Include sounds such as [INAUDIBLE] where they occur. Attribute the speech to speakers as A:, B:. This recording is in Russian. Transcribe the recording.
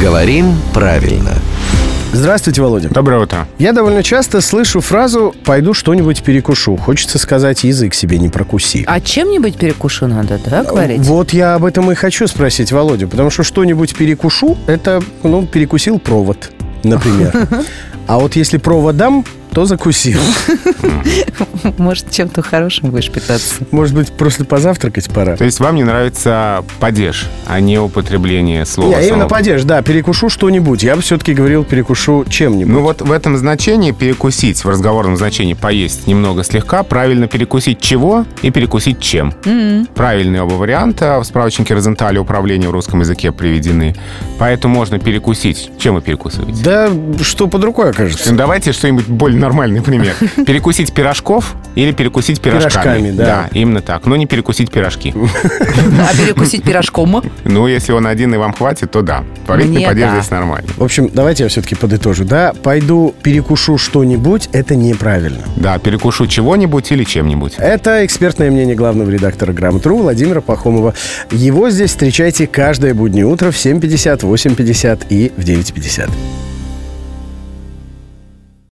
A: Говорим правильно.
B: Здравствуйте, Володя.
C: Доброе утро.
B: Я довольно часто слышу фразу «пойду что-нибудь перекушу». Хочется сказать «язык себе не прокуси».
D: А чем-нибудь перекушу надо, да, говорить?
B: Вот я об этом и хочу спросить Володю, потому что что-нибудь перекушу – это, ну, перекусил провод,
D: [LAUGHS]
B: например. А вот если проводам, то закусил. [LAUGHS]
D: Может, чем-то хорошим будешь питаться.
B: Может быть, просто позавтракать пора?
C: То есть вам не нравится падеж, а не употребление слова
B: Я именно
C: самого?
B: падеж, да, перекушу что-нибудь. Я бы все-таки говорил «перекушу чем-нибудь».
C: Ну вот в этом значении перекусить, в разговорном значении поесть немного слегка, правильно перекусить чего и перекусить чем. Правильные оба варианта в справочнике Розенталя управления в русском языке приведены. Поэтому можно перекусить. Чем вы
D: Ну.
C: перекусываете?
B: Да, что под рукой окажется.
C: Ну, Давайте что-нибудь более нормальный
B: [LAUGHS]
C: пример. Перекусить пирожков или перекусить
B: Пирожками,
C: пирожками.
B: да.
C: именно так. Но не
B: [LAUGHS]
C: перекусить пирожки.
D: А перекусить пирожком?
C: Ну, если он один и вам хватит, то да. Туалетный
D: Мне
C: падеж
D: да.
C: здесь нормально.
B: В общем, давайте я все-таки подытожу. Да, пойду перекушу что-нибудь – это неправильно.
C: Да, перекушу чего-нибудь или чем-нибудь.
B: Это экспертное мнение главного редактора «Грамотру» Владимира Пахомова. Его здесь встречайте каждое буднее утро в 7.50, 8.50 и в 9.50.